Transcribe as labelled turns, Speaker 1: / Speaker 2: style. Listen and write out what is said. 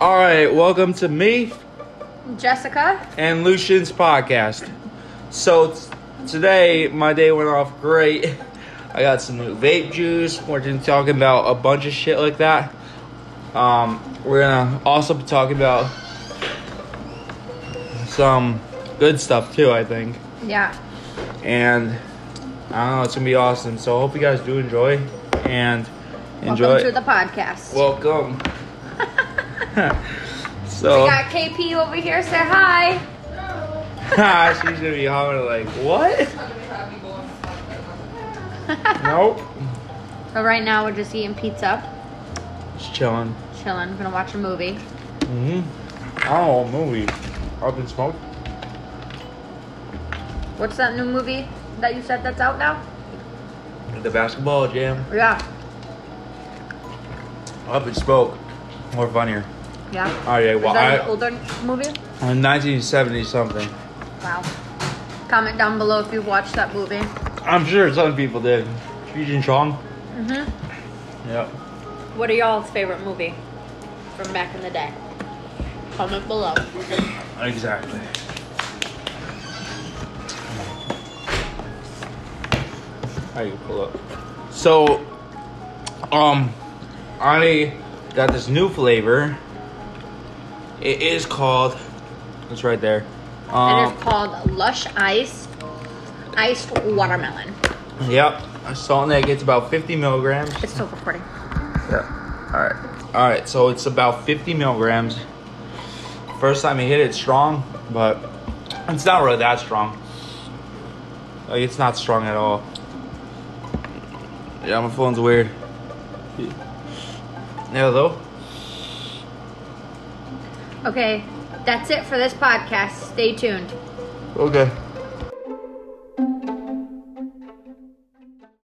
Speaker 1: All right, welcome to me
Speaker 2: Jessica.
Speaker 1: and Lucian's podcast. So t- today my day went off great. I got some new vape juice. We're just talking about a bunch of shit like that. Um, we're gonna also be talking about some good stuff too, I think.
Speaker 2: Yeah.
Speaker 1: And I don't know, it's gonna be awesome. So I hope you guys do enjoy and enjoy.
Speaker 2: Welcome to the podcast.
Speaker 1: Welcome. so um,
Speaker 2: we got KP over here. Say hi.
Speaker 1: she's gonna be hollering like, what? nope.
Speaker 2: But right now we're just eating pizza,
Speaker 1: Just chilling.
Speaker 2: chilling. Gonna watch a movie.
Speaker 1: Mm-hmm. Oh, movie. Up in smoke.
Speaker 2: What's that new movie that you said that's out now? Oh,
Speaker 1: The basketball jam.
Speaker 2: Yeah.
Speaker 1: Up in smoke. More funnier.
Speaker 2: Yeah.
Speaker 1: All right. Oh, Well,
Speaker 2: Is that an
Speaker 1: I,
Speaker 2: older movie?
Speaker 1: I'm 1970 something.
Speaker 2: Wow. Comment down below if you've watched that movie.
Speaker 1: I'm sure some people did. Cheech and Chong.
Speaker 2: hmm
Speaker 1: Yep.
Speaker 2: What are y'all's favorite movie from back in the day? Comment below.
Speaker 1: Exactly. How you pull up? So, um, I got this new flavor. It is called. It's right there.
Speaker 2: it
Speaker 1: Um,
Speaker 2: is called Lush Ice Iced Watermelon.
Speaker 1: yep. Salt and egg. It's about 50 milligrams.
Speaker 2: It's still recording.
Speaker 1: Yep. All right. All right. So it's about 50 milligrams. First time I hit it, strong, but it's not really that strong. Like it's not strong at all. Yeah, my phone's weird. Yeah, though.
Speaker 2: Okay, that's it for this podcast. Stay tuned.
Speaker 1: Okay.